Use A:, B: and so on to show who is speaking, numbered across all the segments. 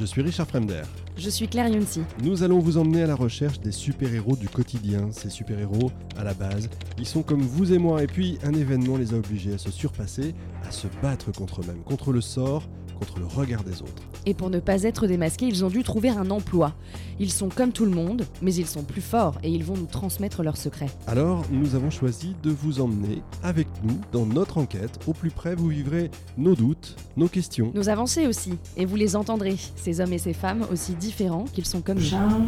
A: Je suis Richard Fremder.
B: Je suis Claire Yunsi.
A: Nous allons vous emmener à la recherche des super-héros du quotidien. Ces super-héros, à la base, ils sont comme vous et moi. Et puis, un événement les a obligés à se surpasser, à se battre contre eux-mêmes, contre le sort, contre le regard des autres.
B: Et pour ne pas être démasqués, ils ont dû trouver un emploi. Ils sont comme tout le monde, mais ils sont plus forts et ils vont nous transmettre leurs secrets.
A: Alors, nous avons choisi de vous emmener avec nous dans notre enquête. Au plus près, vous vivrez nos doutes, nos questions.
B: Nos avancées aussi, et vous les entendrez, ces hommes et ces femmes aussi différents qu'ils sont comme nous.
C: Jean,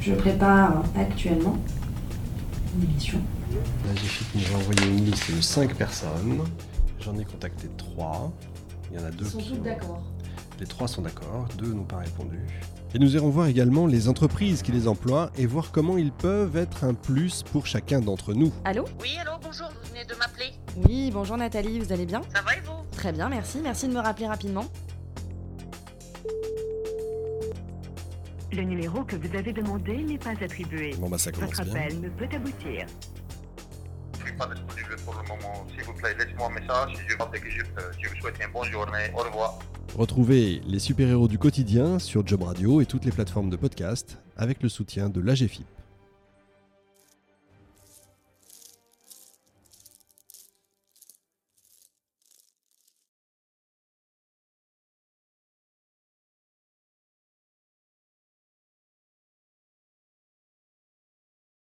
C: je prépare actuellement une mission.
A: Là, j'ai nous a envoyé une liste de 5 personnes. J'en ai contacté 3. Il y en a deux qui ont-
C: d'accord.
A: Les trois sont d'accord, deux n'ont pas répondu. Et nous irons voir également les entreprises qui les emploient et voir comment ils peuvent être un plus pour chacun d'entre nous.
B: Allô
D: Oui, allô, bonjour, vous venez de m'appeler.
B: Oui, bonjour Nathalie, vous allez bien
D: Ça va et vous
B: Très bien, merci, merci de me rappeler rapidement.
E: Le numéro que vous avez demandé n'est pas attribué.
A: Bon bah ça commence
E: Votre
A: bien.
E: appel ne peut aboutir.
F: Je suis pas disponible pour le moment. S'il vous plaît, laissez-moi un message. Je pense que je, euh, je vous souhaite une bonne journée. Au revoir.
A: Retrouvez les super-héros du quotidien sur Job Radio et toutes les plateformes de podcast avec le soutien de l'AGFIP.